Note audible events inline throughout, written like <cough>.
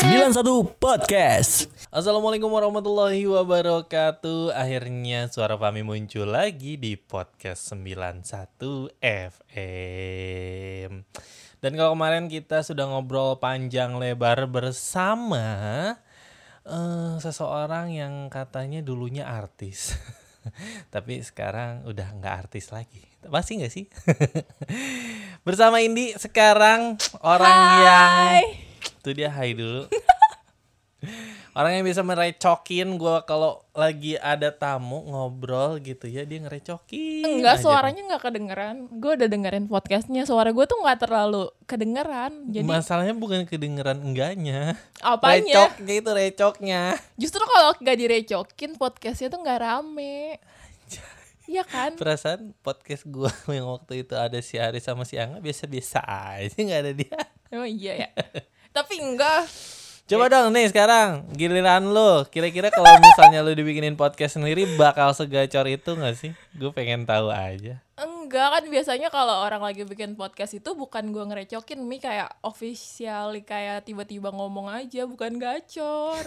1 Podcast. Assalamualaikum warahmatullahi wabarakatuh Akhirnya suara Fami muncul lagi di podcast 91 FM Dan kalau kemarin kita sudah ngobrol panjang lebar bersama eh, Seseorang yang katanya dulunya artis <laughs> Tapi sekarang udah nggak artis lagi Masih nggak sih? <laughs> bersama Indi sekarang orang yang Itu dia hai dulu <laughs> Orang yang bisa merecokin gua kalau lagi ada tamu ngobrol gitu ya dia ngerecokin. Enggak, aja. suaranya nggak kedengeran. Gue udah dengerin podcastnya, suara gue tuh nggak terlalu kedengeran. Jadi Masalahnya bukan kedengeran enggaknya. apanya? Recoknya itu recoknya. Justru kalau nggak direcokin podcastnya tuh nggak rame. Iya kan? Perasaan podcast gua <laughs> yang waktu itu ada si Ari sama si Angga biasa-biasa aja nggak ada dia. Emang iya ya. Tapi enggak. Coba dong nih sekarang giliran lu. Kira-kira kalau misalnya lu dibikinin podcast sendiri bakal segacor itu nggak sih? Gue pengen tahu aja. Enggak kan biasanya kalau orang lagi bikin podcast itu bukan gue ngerecokin Mi kayak official kayak tiba-tiba ngomong aja bukan gacor.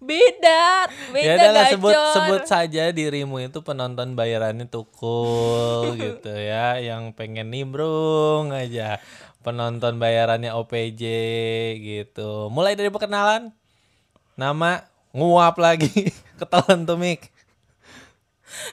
Beda, ya beda udah lah, gacor. sebut sebut saja dirimu itu penonton bayarannya tukul <laughs> gitu ya yang pengen nimbrung aja penonton bayarannya OPJ gitu mulai dari perkenalan nama nguap lagi <laughs> ketelan tuh Mik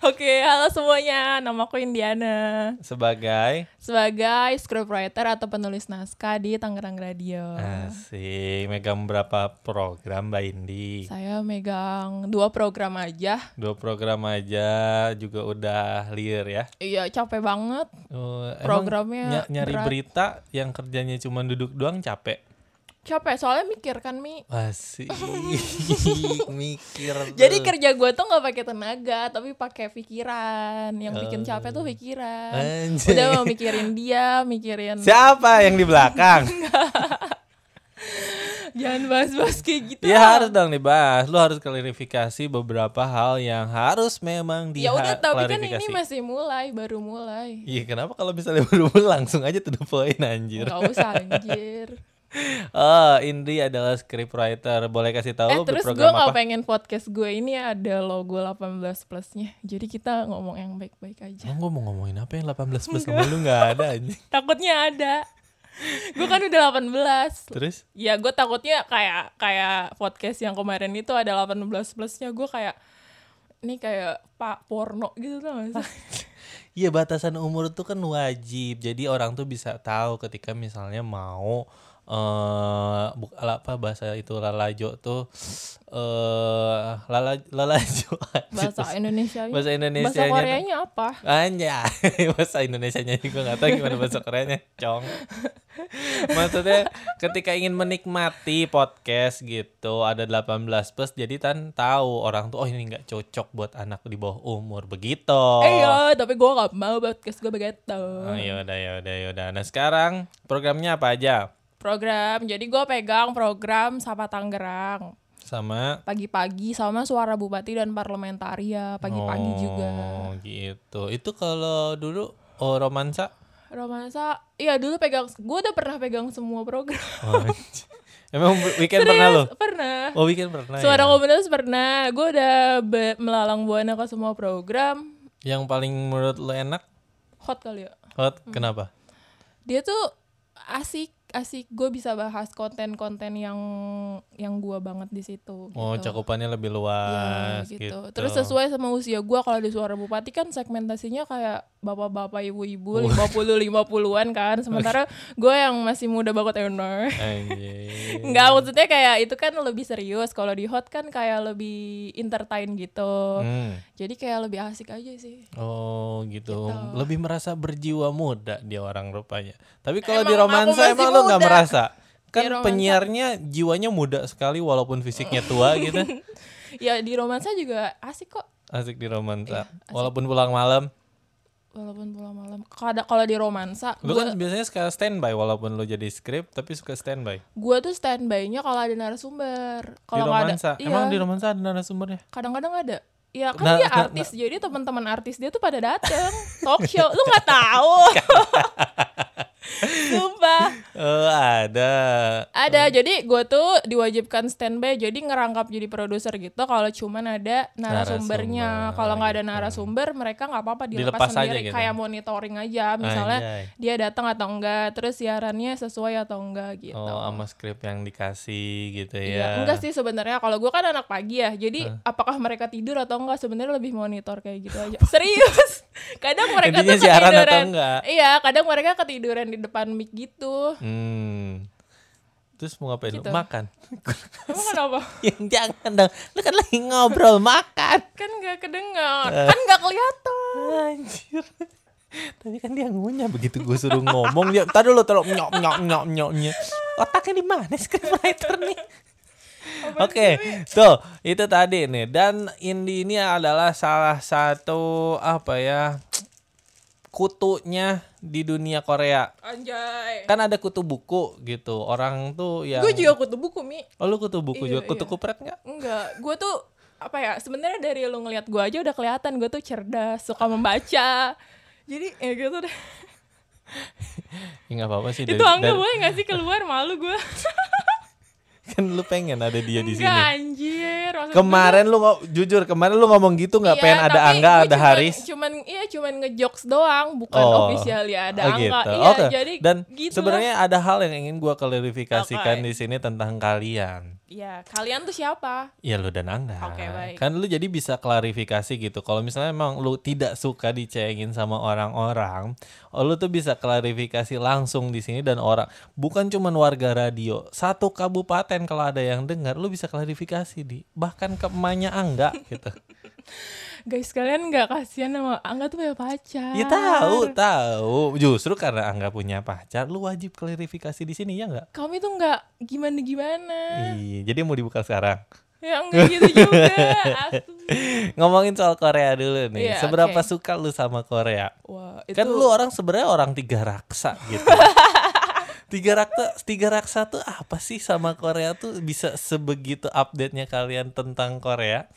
Oke, halo semuanya. Nama aku Indiana. sebagai sebagai scriptwriter atau penulis naskah di Tangerang Radio. asik megang berapa program Mbak Indi Saya megang dua program aja. dua program aja juga udah liar ya Iya, capek banget. Oh, emang Programnya ny- nyari berat. berita yang kerjanya cuma duduk doang capek Capek soalnya mikir kan, Mi. <laughs> Masih mikir. Jadi tuh. kerja gue tuh nggak pakai tenaga, tapi pakai pikiran. Yang Eh. bikin capek tuh pikiran. Anjing. Udah mau mikirin dia, mikirin Siapa yang di <laughs> belakang? jangan bahas-bahas kayak gitu. ya harus dong dibahas. Lu harus klarifikasi beberapa hal yang harus memang Ya udah, diha- tapi kan klarifikasi. ini masih mulai, baru mulai. Iya kenapa kalau misalnya berulang langsung aja to the point anjir. Gak usah anjir. Oh, Indri adalah scriptwriter. Boleh kasih tahu Eh lu terus gue berprogram gak apa? pengen podcast gue ini ada logo 18 plusnya Jadi kita ngomong yang baik-baik aja Emang gue mau ngomongin apa yang 18 plus sama lu gak ada <laughs> anjing. Takutnya ada Gue kan udah 18 Terus? Ya gue takutnya kayak kayak podcast yang kemarin itu ada 18 plusnya Gue kayak ini kayak pak porno gitu tau gak <laughs> sih? Iya batasan umur tuh kan wajib. Jadi orang tuh bisa tahu ketika misalnya mau eh buk- ala- apa bahasa itu lalajo tuh eh lala lalajo <laughs> Bahasa Indonesia bahasa Indonesia Bahasa Koreanya apa? Anjay, <laughs> bahasa Indonesianya juga nggak tahu gimana bahasa Koreanya, cong. Maksudnya ketika ingin menikmati podcast gitu, ada 18 plus, jadi tan tahu orang tuh, oh ini nggak cocok buat anak di bawah umur begitu. Eh ya, tapi gue gak mau podcast gue begitu Oh, yaudah, yaudah, yaudah. Nah sekarang programnya apa aja? Program, jadi gue pegang program Sapa Tangerang Sama pagi-pagi sama suara bupati dan parlementaria pagi-pagi Oh, juga gitu. Itu kalau dulu oh romansa. romansa iya dulu pegang gue udah pernah pegang semua program <laughs> Oh, anjing. Emang weekend pernah lo? Serius, <laughs> pernah Oh weekend pernah. suara ya? komunitas pernah gue udah be- melalang buana ke semua program Yang paling menurut lo enak? hot kali ya Hot, kenapa? dia tuh asik asik gue bisa bahas konten-konten yang yang gue banget di situ Oh gitu. cakupannya lebih Ya, luas gitu. gitu. Terus sesuai sama usia gua kalau di Suara Bupati kan segmentasinya kayak bapak-bapak, Oh. ibu-ibu, 50-50-an kan. <laughs> Sementara gue yang masih muda banget owner. Iya. Anjing. <laughs> Enggak, maksudnya kayak itu kan lebih serius. Kalau di Hot kan kayak lebih entertain gitu. Hmm. Jadi kayak lebih asik aja sih. Oh gitu. Gitu. Lebih merasa berjiwa muda dia orang rupanya. Tapi kalau di Nah, Emang aku romansa masih emang lo nggak muda. merasa? Kan Di romansa. penyiarnya jiwanya muda sekali walaupun fisiknya tua <laughs> gitu. Ya di romansa juga asik kok. Asik di Iya, romansa. Walaupun pulang malam. Walaupun pulang malam. Kada- Kalau di romansa, Lu gue kan biasanya suka standby walaupun lu jadi skrip tapi suka standby. gua tuh standby-nya kalau ada narasumber. Di Kalau nggak ada, romansa. iya. Emang di romansa ada narasumbernya? kadang-kadang ada ya kan Nah, dia nah, artis jadi teman-teman artis <laughs> dia tuh pada dateng talk show lu nggak tahu Sumpah apa? Eh, ada Nah. Ada, jadi gue tuh diwajibkan standby, jadi ngerangkap jadi produser gitu. Kalau cuman ada narasumbernya, Narasumber, kalau nggak ada gitu. narasumber, mereka nggak apa-apa dilepas, Dilepas aja sendiri, gitu. kayak monitoring aja. Misalnya Anjay. dia datang atau enggak, terus siarannya sesuai atau enggak gitu. oh sama skrip yang dikasih gitu Iya, ya enggak sih sebenarnya. Kalau gue kan anak pagi ya, jadi apakah mereka tidur atau enggak sebenarnya lebih monitor kayak gitu aja. <laughs> Serius, kadang mereka Intinya tuh siaran atau ketiduran. enggak? Iya, kadang mereka ketiduran di depan mic gitu. hmm. terus mau ngapain lu? Gitu. makan Emang kenapa? yang jangan dong lu kan lagi ngobrol makan <laughs> Kan nggak kedengar, Eh. kan nggak kelihatan. Anjir. Tapi kan dia ngunyah begitu gue suruh ngomong dia. Tadi dulu taruh nyok nyok nyok nyoknya. Otaknya di mana scriptwriter nih? Oke, tuh itu tadi nih. Dan Indi ini adalah salah satu apa ya kutunya di dunia Korea. Anjay. Kan ada kutu buku gitu. Orang tuh yang Gue juga kutu buku, Mi. Oh, lu kutu buku Iya, juga kutu iya. kupret nggak? Enggak, gue tuh apa ya? Sebenarnya dari lu ngelihat gue aja udah kelihatan gue tuh cerdas, suka membaca. Jadi ya gitu deh. Ya nggak apa-apa sih. Itu angga dari- boleh gak sih keluar malu gue? <laughs> kan lu pengen ada dia <laughs> di sini. Enggak anjir. maksud gua Kemarin lu ngo- jujur kemarin lu ngomong gitu nggak Iya, pengen ada tapi Angga gua ada cuman- Haris. Cuman iya cuman ngejokes doang, bukan Oh. official ya ada Oh, angka. gitu. Iya, Oke. jadi dan gitu sebenarnya ada hal yang ingin gua klarifikasikan Oke. di sini tentang kalian. lah. Iya, kalian tuh siapa? Ya lu dan Angga. Oke, baik. Kan lu jadi bisa klarifikasi gitu. Kalau misalnya emang lu tidak suka dicengin sama orang-orang, oh, lu tuh bisa klarifikasi langsung di sini dan orang bukan cuman warga radio, satu kabupaten kalau ada yang dengar lu bisa klarifikasi di bahkan ke emaknya Angga <laughs> gitu. Guys, kalian nggak kasihan sama Angga tuh punya pacar. Ya Ah. tahu, tahu. Justru karena Angga punya pacar, lu wajib klarifikasi di sini ya nggak? Kami tuh nggak gimana-gimana. Iya, jadi mau dibuka sekarang. Ya enggak gitu <laughs> juga. asu. Ngomongin soal Korea dulu nih. Iya, Seberapa oke. suka lu sama Korea? Wah, itu Kan lu orang sebenarnya orang tiga raksa gitu. <laughs> tiga raksa, tiga raksa tuh apa sih sama Korea tuh bisa sebegitu update-nya kalian tentang Korea?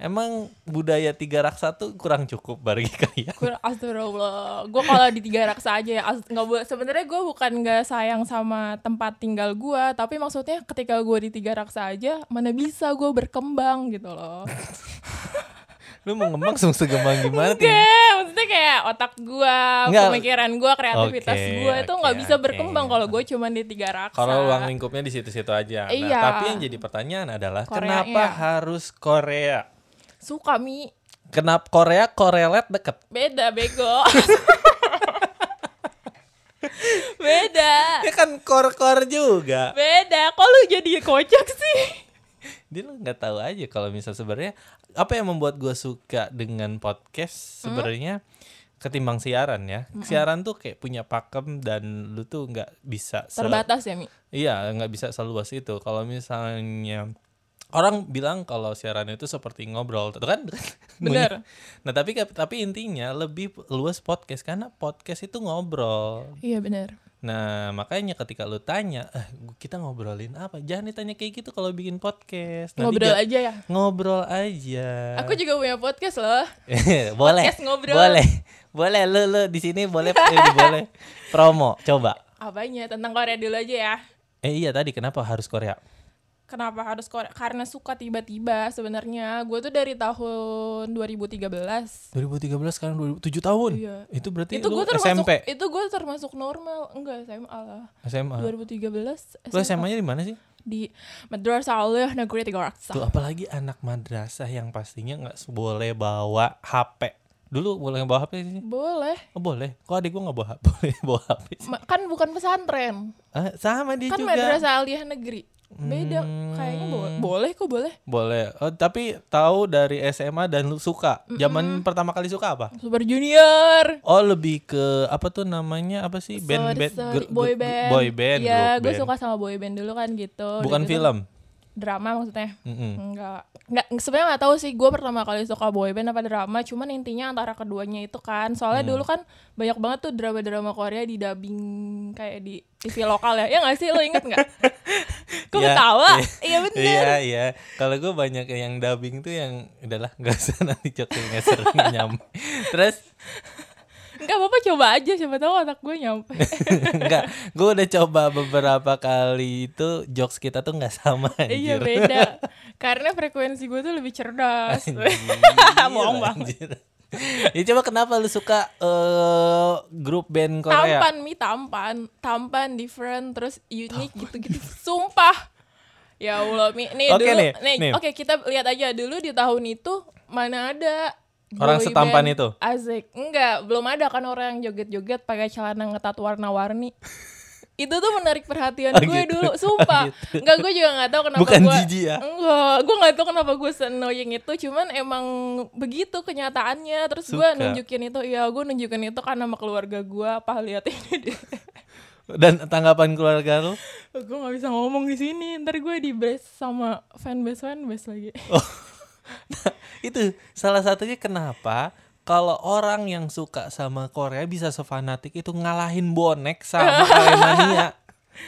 Emang budaya tiga raksa tuh kurang cukup bagi <laughs> kalian? gue astagfirullah. Gue kalau di tiga raksa aja ya. as- nggak bu- sebenarnya gue bukan nggak sayang sama tempat tinggal gue, tapi maksudnya ketika gue di tiga raksa aja, mana bisa gue berkembang gitu loh. Lu mau ngembang segembang gimana? Tin? Enggak, maksudnya kayak otak gue, Nggak. pemikiran gue, kreativitas Oke, gue itu nggak oke, bisa oke. berkembang kalau gue cuman di tiga raksa. Kalau ruang lingkupnya di situ-situ aja. Nah, Iya. tapi yang jadi pertanyaan adalah Koreanya. kenapa harus Korea? Suka mi Kenapa Korea korelet deket? beda <laughs> bego. beda. Ya kan kor-kor juga. Beda, kok lu jadi kocak sih? Dia lu nggak tahu aja kalau misal sebenarnya apa yang membuat gue suka dengan Hmm? podcast sebenarnya ketimbang siaran ya. Siaran tuh kayak punya pakem dan lu tuh nggak bisa se- Terbatas ya, Mi? Iya, nggak bisa seluas itu. Kalau misalnya orang bilang kalau siaran itu seperti ngobrol, tuh <laughs> kan? Bener. Nah, tapi tapi intinya lebih luas podcast karena podcast itu ngobrol. Iya benar. Nah, makanya ketika lu tanya, "Eh, kita ngobrolin apa? Jangan ditanya kayak gitu kalau bikin podcast. Nanti Ngobrol ja- Eh. aja ya. Ngobrol <laughs> aja. <laughs> Aku juga punya podcast loh. boleh. podcast ngobrol. Boleh. Boleh lu lu di sini boleh eh, <laughs> boleh promo coba. Apanya? Tentang Korea dulu aja ya. Eh iya tadi kenapa harus Korea? Kenapa harus Korea? Karena suka tiba-tiba sebenarnya. Gue tuh dari tahun 2013. 2013 sekarang 2007 tahun. Iya. Itu berarti Itu lu gue termasuk SMP, itu gue termasuk normal. Enggak, SMA lah. SMA. 2013 Lu SMA-nya di mana sih? di Madrasah Aliyah Negeri Tiga Raksa. Tuh apalagi anak madrasah yang pastinya nggak boleh bawa HP. Dulu boleh bawa HP sih? Boleh. Oh, boleh. Kok adik gua nggak bawa <laughs> boleh bawa HP? sih? Ma- Kan bukan pesantren. Ah, sama dia Kan juga. Hmm. Madrasah Aliyah Negeri. Beda kayaknya bo- boleh kok boleh. Boleh. Oh, tapi tahu dari SMA dan lu suka. Zaman pertama kali suka apa? Super Junior. Oh, lebih ke apa tuh namanya? Apa sih? Band Sorry, band sorry. gru- gru- boy band. boy band, Iya, grup gue band. suka sama boy band dulu kan gitu. Udah Bukan gitu film. Drama maksudnya. Mm-mm. Enggak. Enggak sebenarnya nggak tahu sih gue pertama kali suka boy band apa drama, cuman intinya antara keduanya itu kan. Soalnya Hmm. dulu kan banyak banget tuh drama-drama Korea di dubbing kayak di TV lokal ya. Ya nggak sih lo inget <laughs> nggak? Kok Iya, ketawa? Iya bener. Iya, iya. Kalau gue banyak yang <laughs> dubbing tuh yang adalah nggak usah nanti jokesnya sering nyam. Terus <laughs> Enggak Gak apa-apa coba aja siapa tahu otak gue <laughs> nyampe. Enggak, gue udah coba beberapa kali itu jokes kita tuh nggak sama anjir. iya beda. Karena frekuensi gue tuh lebih cerdas. <laughs> Bohong banget. Anjir. Ya coba kenapa lu suka eh, grup band Korea? Tampan mi tampan, tampan different terus unik gitu-gitu. Sumpah. Ya Allah mi. Nih Oke dulu nih, nih. nih. Oke, kita lihat aja dulu di tahun itu mana ada Orang boy setampan band itu? Asik. Enggak, belum ada kan orang yang joget-joget pakai celana ngetat <laughs> warna-warni. itu tuh menarik perhatian Oh, gue gitu. dulu, <laughs> Oh, sumpah. gitu. Enggak, gue juga nggak tahu kenapa Bukan gue jijik ya? Enggak, gue nggak tahu kenapa gue se-annoying itu, cuman emang begitu kenyataannya. Terus gue Suka. nunjukin itu, ya gue nunjukin itu karena sama keluarga gue, apa lihat ini <laughs> deh. Dan tanggapan keluarga lu? gue nggak bisa ngomong di sini, ntar gue di base sama fanbase fanbase lagi. Oh. Nah, itu salah satunya kenapa kalau orang yang suka sama Korea bisa sefanatik itu ngalahin bonek <laughs> sama Aremania.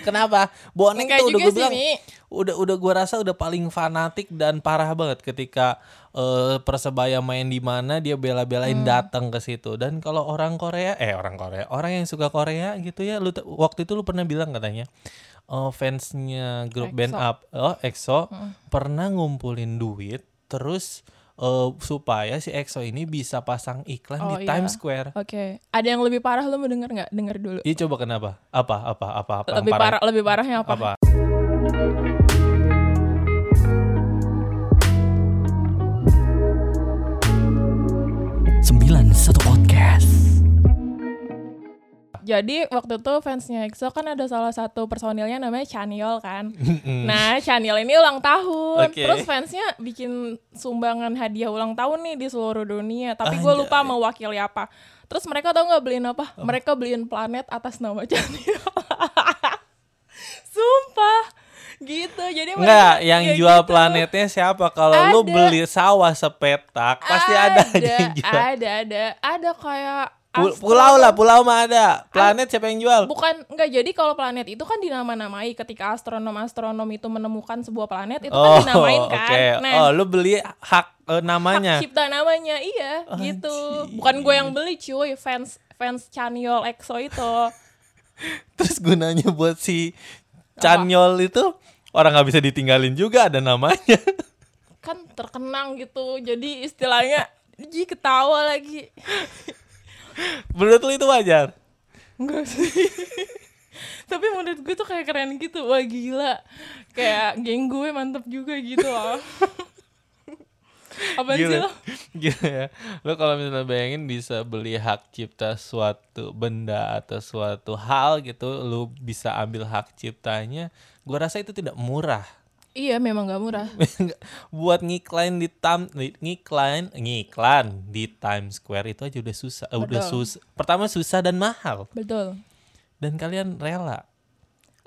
Kenapa? Bonek Enggak tuh udah juga gue sih, bilang Mi. udah udah gua rasa udah paling fanatik dan parah banget ketika eh, persebaya main di mana dia bela-belain Hmm. datang ke situ. Dan kalau orang Korea eh orang Korea, orang yang suka Korea gitu ya lu t- waktu itu lu pernah bilang katanya eh, fansnya grup band EXO. Hmm. up oh EXO pernah ngumpulin duit terus eh, supaya si EXO ini bisa pasang iklan Oh, di iya. Times Square. Oke, ada yang lebih parah lo mau denger nggak? Dengar dulu. Iya coba kenapa? Apa apa apa apa yang lebih parah, lebih parahnya apa? apa? sembilan satu Podcast Jadi waktu itu fansnya EXO kan ada salah satu personilnya namanya Chaniol kan. nah Chaniol ini ulang tahun. Oke. Terus fansnya bikin sumbangan hadiah ulang tahun nih di seluruh dunia. Ah, iya, Tapi gue lupa mewakili apa. Terus mereka tau nggak beliin apa? Mereka beliin planet atas nama <laughs> Chaniol. Sumpah. Gitu. Jadi mereka- Enggak, yang ya jual gitu. planetnya siapa? Kalau lu Ada. beli sawah sepetak, pasti ada, <laughs> aja yang jual. Ada, ada, ada kayak Pul- astro- Pulau lah, pulau mah ada. Planet siapa yang jual? bukan nggak jadi kalau planet itu kan dinama-namai ketika astronom-astronom itu menemukan sebuah planet itu kan Oh, dinamain kan. oke. Nah, Oh, lu beli hak eh, hak namanya. cipta namanya iya gitu. Bukan gue yang beli cuy, fans fans Chaniol EXO itu. Terus gunanya buat si Chanyol itu orang nggak bisa ditinggalin juga ada namanya. <laughs> kan terkenang gitu. Jadi istilahnya Ji ketawa lagi. Menurut lu itu wajar? Enggak sih. <laughs> Tapi menurut gue tuh kayak keren gitu. Wah gila. Kayak geng gue mantep juga gitu <laughs> loh. Apaan sih Gila. lo? <laughs> Gila ya. Lu kalau misalnya bayangin bisa beli hak cipta suatu benda atau suatu hal gitu, lu bisa ambil hak ciptanya. Gua rasa itu tidak murah. <laughs> Iya memang gak murah. buat ngiklain di tam di- ngiklain ngiklan di Times Square itu aja udah susah eh, udah Betul. susah pertama susah dan mahal Betul. dan kalian rela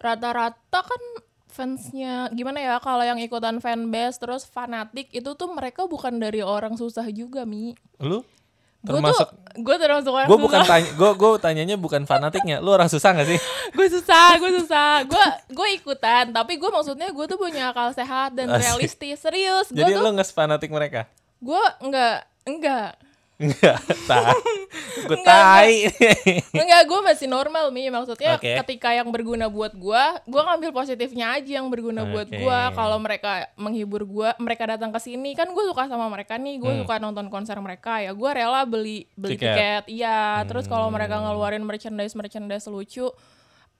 Rata-rata kan fansnya gimana ya kalau yang ikutan fanbase terus fanatik itu tuh mereka bukan dari orang susah juga mi. lu Gue termasuk tuh gue termasuk orang gue <laughs> bukan susah. tanya gue gue tanyanya bukan fanatiknya lu orang susah gak sih gue susah, gue susah. Gue gue ikutan tapi gue maksudnya gue tuh punya akal sehat dan Asik. realistis serius. Gue jadi tuh lu nggak fanatik mereka <laughs> gue enggak enggak <laughs> Enggak, tai. Gue Enggak, tai. <laughs> Enggak, gue masih normal Mi. Maksudnya Oke. ketika yang berguna buat gue, gue ngambil positifnya aja yang berguna buat Oke. gue. Kalau mereka menghibur gue, mereka datang ke sini kan gue suka sama mereka nih, gue suka nonton konser mereka ya. Gue rela beli beli Hmm. Tiket. Hmm. tiket, iya. Terus kalau mereka ngeluarin merchandise merchandise lucu,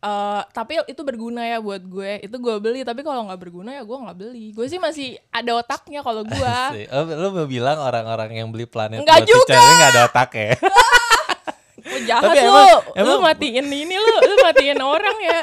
eh, tapi itu berguna ya buat gue. Itu gue beli. Tapi kalau nggak berguna ya gue nggak beli. Gue sih masih ada otaknya kalau gue. <laughs> Asik. Oh, lu mau bilang orang-orang yang beli planet Enggak buat si Iya. juga. cewek nggak ada otak <laughs> ya? Lu Oh, jahat Tapi lu. emang- emang- lu matiin ini lu, lu matiin orang ya.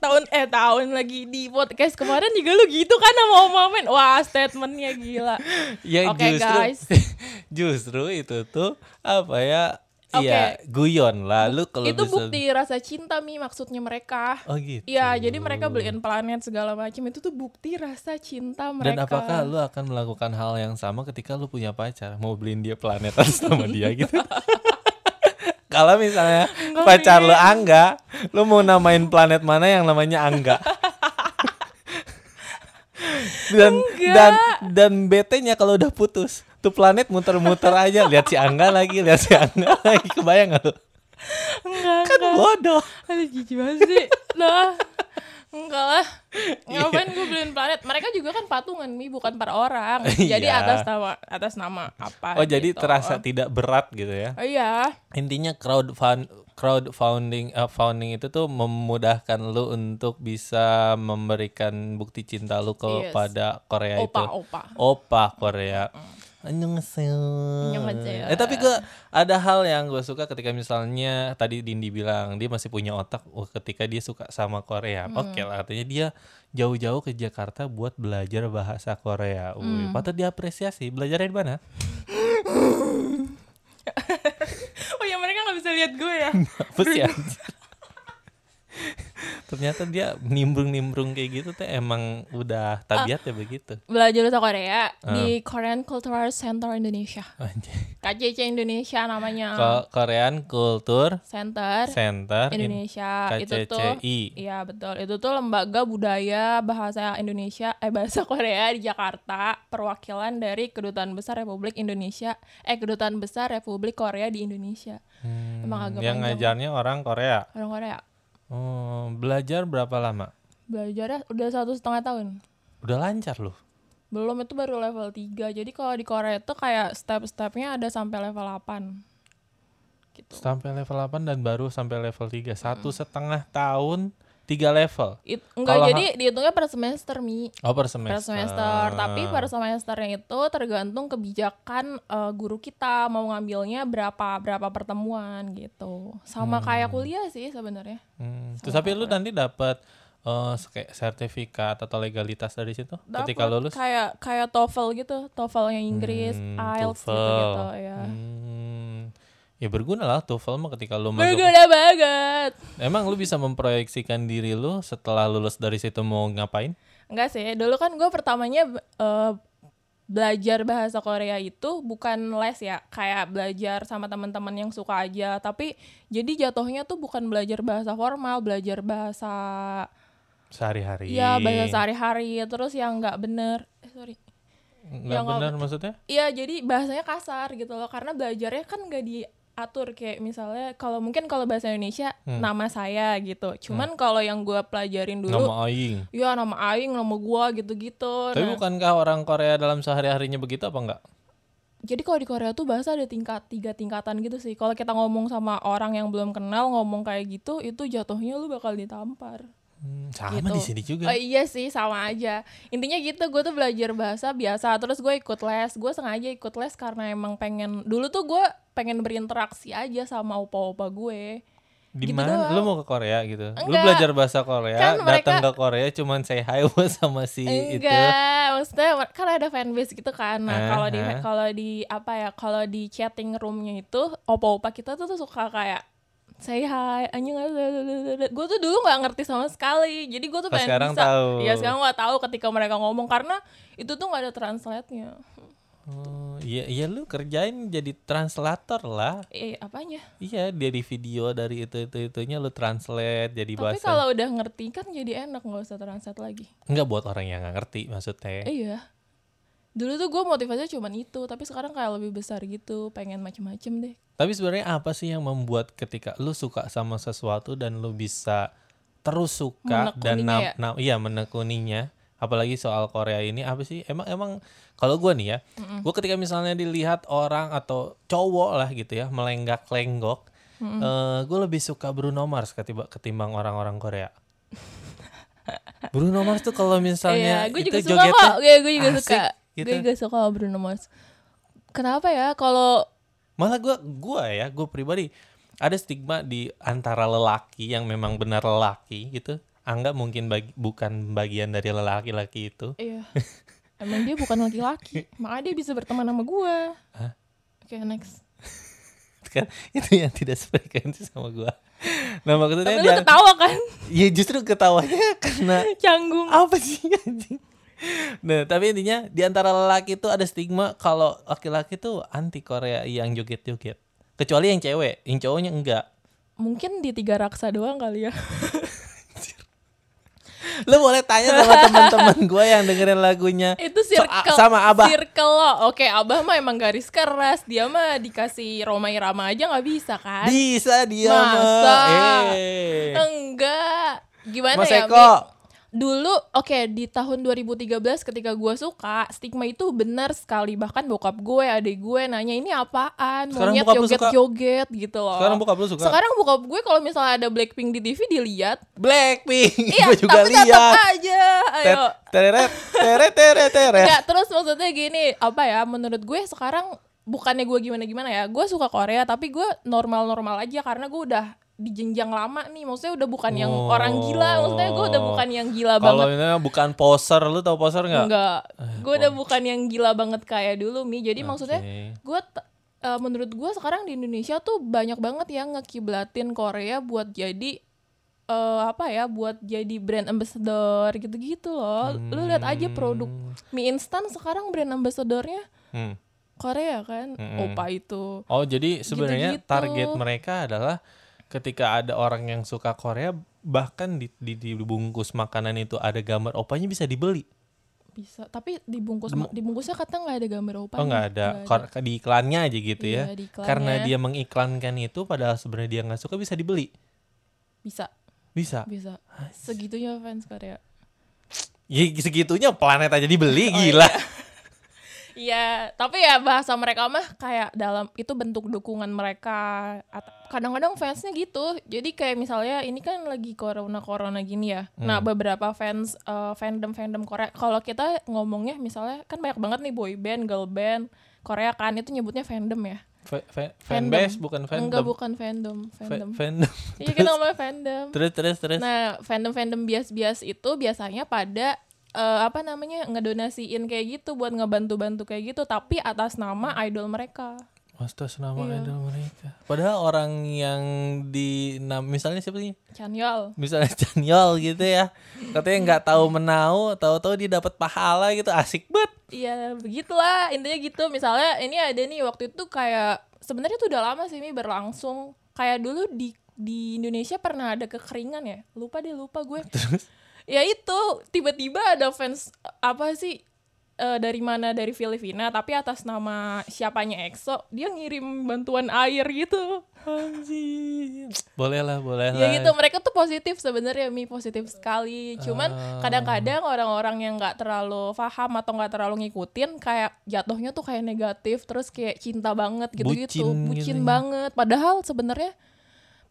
Tahun eh tahun lagi di podcast kemarin juga lu gitu kan sama omongan. Wah, statementnya gila. ya Oke, justru guys. <laughs> justru itu tuh apa ya Oke. Iya, guyon lah lu kalau Itu bisa bukti rasa cinta Mi maksudnya mereka. oh gitu Iya, jadi mereka beliin planet segala macam itu tuh bukti rasa cinta dan mereka. apakah lu akan melakukan hal yang sama ketika lu punya pacar mau beliin dia planet atas nama <laughs> dia gitu kalau misalnya Enggak, pacar Mi. lu Angga lu mau namain planet mana yang namanya <laughs> Angga dan dan dan bete-nya kalau udah <laughs> putus tuh planet muter-muter aja lihat si Angga lagi lihat si Angga lagi kebayang gak lu enggak Kan enggak bodoh. aduh jijik banget sih lah enggak lah Iya. ngapain gue beliin planet mereka juga kan patungan mi bukan per <laughs> orang jadi Iya. atas nama atas nama apa Oh jadi gitu. terasa tidak berat gitu ya. oh, iya Intinya crowdfund crowdfunding eh, founding itu tuh memudahkan lu untuk bisa memberikan bukti cinta lu kepada Korea Ya, itu. opa opa Opa Korea. Annyeonghaseyo. Annyeonghaseyo. Eh tapi gue ada hal yang gue suka ketika misalnya tadi Dindi bilang dia masih punya otak wah, ketika dia suka sama Korea. Hmm. Oke lah artinya dia jauh-jauh ke Jakarta buat belajar bahasa Korea. Hmm. Wih, patut diapresiasi. Belajar di mana? oh ya mereka nggak bisa lihat gue <laughs> ya Apa sih, anjir? <laughs> Ternyata dia nimbrung-nimbrung kayak gitu tuh emang udah tabiatnya Ah. begitu. belajar bahasa Korea di Korean Cultural Center Indonesia Anjir. KCC Indonesia namanya <laughs> Ko- Korean Culture Center Center in- Indonesia itu tuh KCCI. Iya betul. Itu tuh lembaga budaya bahasa Indonesia eh bahasa <laughs> Korea di Jakarta, perwakilan dari Kedutaan Besar Republik Indonesia eh Kedutaan Besar Republik Korea di Indonesia. Hmm, Emang agak yang panjang. ngajarnya orang Korea. Orang Korea Oh, belajar berapa lama? belajarnya udah satu setengah tahun. Udah lancar loh. Belum itu baru level 3. Jadi kalau di Korea itu kayak step-stepnya ada sampai level 8. Gitu. Sampai level 8 dan baru sampai level 3. Satu Hmm. setengah tahun, tiga level. It- enggak Kalau jadi dihitungnya per semester Mi. Oh, per semester. per semester. Tapi per semesternya itu tergantung kebijakan eh, guru kita mau ngambilnya berapa berapa pertemuan gitu. Sama kayak kuliah sih sebenarnya. Hmm, Terus tapi lu nanti dapat eh, se- kayak sertifikat atau legalitas dari situ ketika Dapet lulus? kayak kayak TOEFL gitu, TOEFL yang Inggris, Hmm, IELTS TOEFL. gitu-gitu ya. Hmm, Ya berguna lah TOEFL mah ketika lu masuk Berguna banget. Emang lu bisa memproyeksikan diri lu setelah lulus dari situ mau ngapain? Enggak sih, dulu kan gue pertamanya eh, belajar bahasa Korea itu bukan les ya, kayak belajar sama teman-teman yang suka aja. Tapi jadi jatuhnya tuh bukan belajar bahasa formal, belajar bahasa Sehari-hari ya bahasa sehari-hari. Terus yang nggak bener, eh sorry. Nggak yang ngom- benar maksudnya? Iya jadi bahasanya kasar gitu loh, karena belajarnya kan nggak diatur kayak misalnya kalau mungkin kalau bahasa Indonesia Hmm. nama saya gitu. Cuman kalau yang gue pelajarin dulu, Nama aing ya nama aing, nama gua gitu-gitu. Tapi Nah, bukankah orang Korea dalam sehari-harinya begitu apa enggak? jadi kalau di Korea tuh bahasa ada tingkat tiga tingkatan gitu sih kalau kita ngomong sama orang yang belum kenal ngomong kayak gitu itu jatuhnya lu bakal ditampar Hmm, sama gitu. di sini juga. Oh, iya sih sama aja intinya gitu gue tuh belajar bahasa biasa terus gue ikut les gue sengaja ikut les karena emang pengen dulu tuh gue pengen berinteraksi aja sama opa-opa gue Di gitu mana? doang. Lu mau ke Korea gitu. Lu Enggak. belajar bahasa Korea, Kan mereka- datang ke Korea cuman say hi <laughs> sama si itu. Eh, Enggak, maksudnya kan ada fanbase gitu kan. Nah, kalau di Aha. kalau di apa ya? Kalau di chatting roomnya itu opa-opa kita tuh, tuh suka kayak say hi, anjing ah, Gue tuh dulu nggak ngerti sama sekali. Jadi gue tuh Pas pengen sekarang bisa. tahu. Iya, sekarang gua tahu ketika mereka ngomong karena itu tuh nggak ada translate-nya. Oh, iya iya lu kerjain jadi translator lah. Eh, apanya? Iya, dari video dari itu-itu-itunya lu translate jadi Tapi bahasa. kalau udah ngerti kan jadi enak nggak usah translate lagi. Enggak buat orang yang nggak ngerti maksudnya. Iya. Dulu tuh gue motivasinya cuman itu, tapi sekarang kayak lebih besar gitu, pengen macem-macem deh. Tapi sebenarnya apa sih yang membuat ketika lu suka sama sesuatu dan lu bisa terus suka dan Menekuninya nam, ya? nam- iya menekuninya, apalagi soal Korea ini apa sih? Emang emang kalau gua nih ya, gua ketika misalnya dilihat orang atau cowok lah gitu ya melenggak-lenggok, eh, gua lebih suka Bruno Mars ketiba, ketimbang orang-orang Korea. Bruno Mars tuh kalau misalnya Iya, gue juga itu suka jogetnya kok. Iya, gue juga asik suka. gitu. Gue juga suka sama Bruno Mars. Kenapa ya kalau Malah gua gua ya, gue pribadi ada stigma di antara lelaki yang memang benar lelaki gitu. Angga mungkin bagi, bukan bagian dari lelaki-laki itu. <laughs> iya. <laughs> Emang dia bukan laki-laki, makanya dia bisa berteman sama gue. Oke, next. Kan itu yang tidak sefrekuensi sama gua. Nah, maksudnya Tapi lu dia ketawa kan? <laughs> ya justru ketawanya <laughs> karena Canggung. apa sih anjing? Nah, tapi intinya di antara lelaki itu ada stigma kalau laki-laki tuh anti Korea yang joget-joget. Kecuali yang cewek, yang cowoknya enggak. <laughs> Mungkin di tiga raksa doang kali ya. Lu boleh tanya <laughs> sama teman-teman gue yang dengerin lagunya itu so- circle a- sama Abah. circle lo oke abah mah emang garis keras dia mah dikasih Roma Irama aja nggak bisa kan Bisa dia Masa? mah. Eh. enggak gimana Mas Eko. ya Mi? dulu oke di tahun 2013 ketika gue suka stigma itu benar sekali bahkan bokap gue adik gue nanya ini apaan Sekarang monyet bokap lu joget suka? joget gitu loh Sekarang bokap lu suka? sekarang bokap gue kalau misalnya ada Blackpink di TV dilihat Blackpink. iya gue juga tapi tetap lihat. aja ayo Tet- Teret teret teret teret. Enggak, terus maksudnya gini, apa ya, menurut gue sekarang bukannya gue gimana-gimana ya, gue suka Korea tapi gue normal-normal aja karena gue udah di jenjang lama nih, maksudnya udah bukan yang Oh. orang gila, maksudnya gue udah bukan yang gila Kalau banget. ini mah bukan poser, lu tau poser nggak? Enggak, gue udah bukan yang gila banget kayak dulu Mi, jadi maksudnya Oke. gue t- eh, menurut gue sekarang di Indonesia tuh banyak banget yang ngekiblatin Korea buat jadi eh, apa ya buat jadi brand ambassador gitu-gitu loh. Lu lihat aja produk mie instan sekarang brand ambassadornya Hmm. Korea kan, Mm-mm. opa itu. Oh jadi sebenarnya Gitu-gitu. target mereka adalah ketika ada orang yang suka Korea bahkan di, di, di bungkus makanan itu ada gambar opanya bisa dibeli. Bisa, tapi dibungkus dibungkusnya kata nggak ada gambar opa. ya? Oh nggak ada, Kor- di iklannya aja gitu Iya, ya. di iklannya. Karena dia mengiklankan itu padahal sebenarnya dia nggak suka bisa dibeli. Bisa, Bisa. bisa. Segitunya fans Korea. Ya segitunya planet aja Oh, dibeli gila. Iya, tapi ya bahasa mereka mah kayak dalam itu bentuk dukungan mereka. At- Kadang-kadang fansnya gitu. Jadi kayak misalnya ini kan lagi corona corona gini ya. Hmm. Nah beberapa fans fandom fandom Korea. Kalau kita ngomongnya misalnya kan banyak banget nih boy band, girl band Korea kan itu nyebutnya fandom ya. Fa- fa- Fandom. Fanbase bukan fandom. Enggak bukan fandom, fandom. Fa- fandom. Iya kita ngomongnya fandom. <laughs> Terus terus terus. Nah, fandom-fandom bias-bias itu biasanya pada eh, apa namanya ngedonasiin kayak gitu buat ngebantu-bantu kayak gitu, tapi atas nama idol mereka. Astaga nama Iya. idol mereka. Padahal orang yang di nam- misalnya siapa sih? Chanyeol. Misalnya <laughs> Chanyol gitu ya. Katanya nggak tahu menau, tahu-tahu dia dapat pahala gitu. Asik banget. <laughs> Iya, begitulah intinya gitu. Misalnya ini ada nih waktu itu kayak sebenarnya tuh udah lama sih ini berlangsung. Kayak dulu di di Indonesia pernah ada kekeringan ya. Lupa deh, lupa gue. Terus ya itu tiba-tiba ada fans eh, apa sih eh, dari mana dari Filipina tapi atas nama siapanya EXO dia ngirim bantuan air gitu anjir. Boleh lah, boleh ya lah. gitu mereka tuh positif sebenarnya mi positif sekali Ah. cuman kadang-kadang orang-orang yang nggak terlalu paham atau nggak terlalu ngikutin kayak jatuhnya tuh kayak negatif terus kayak cinta banget gitu gitu Bucin bucin, gitu ya. banget padahal sebenarnya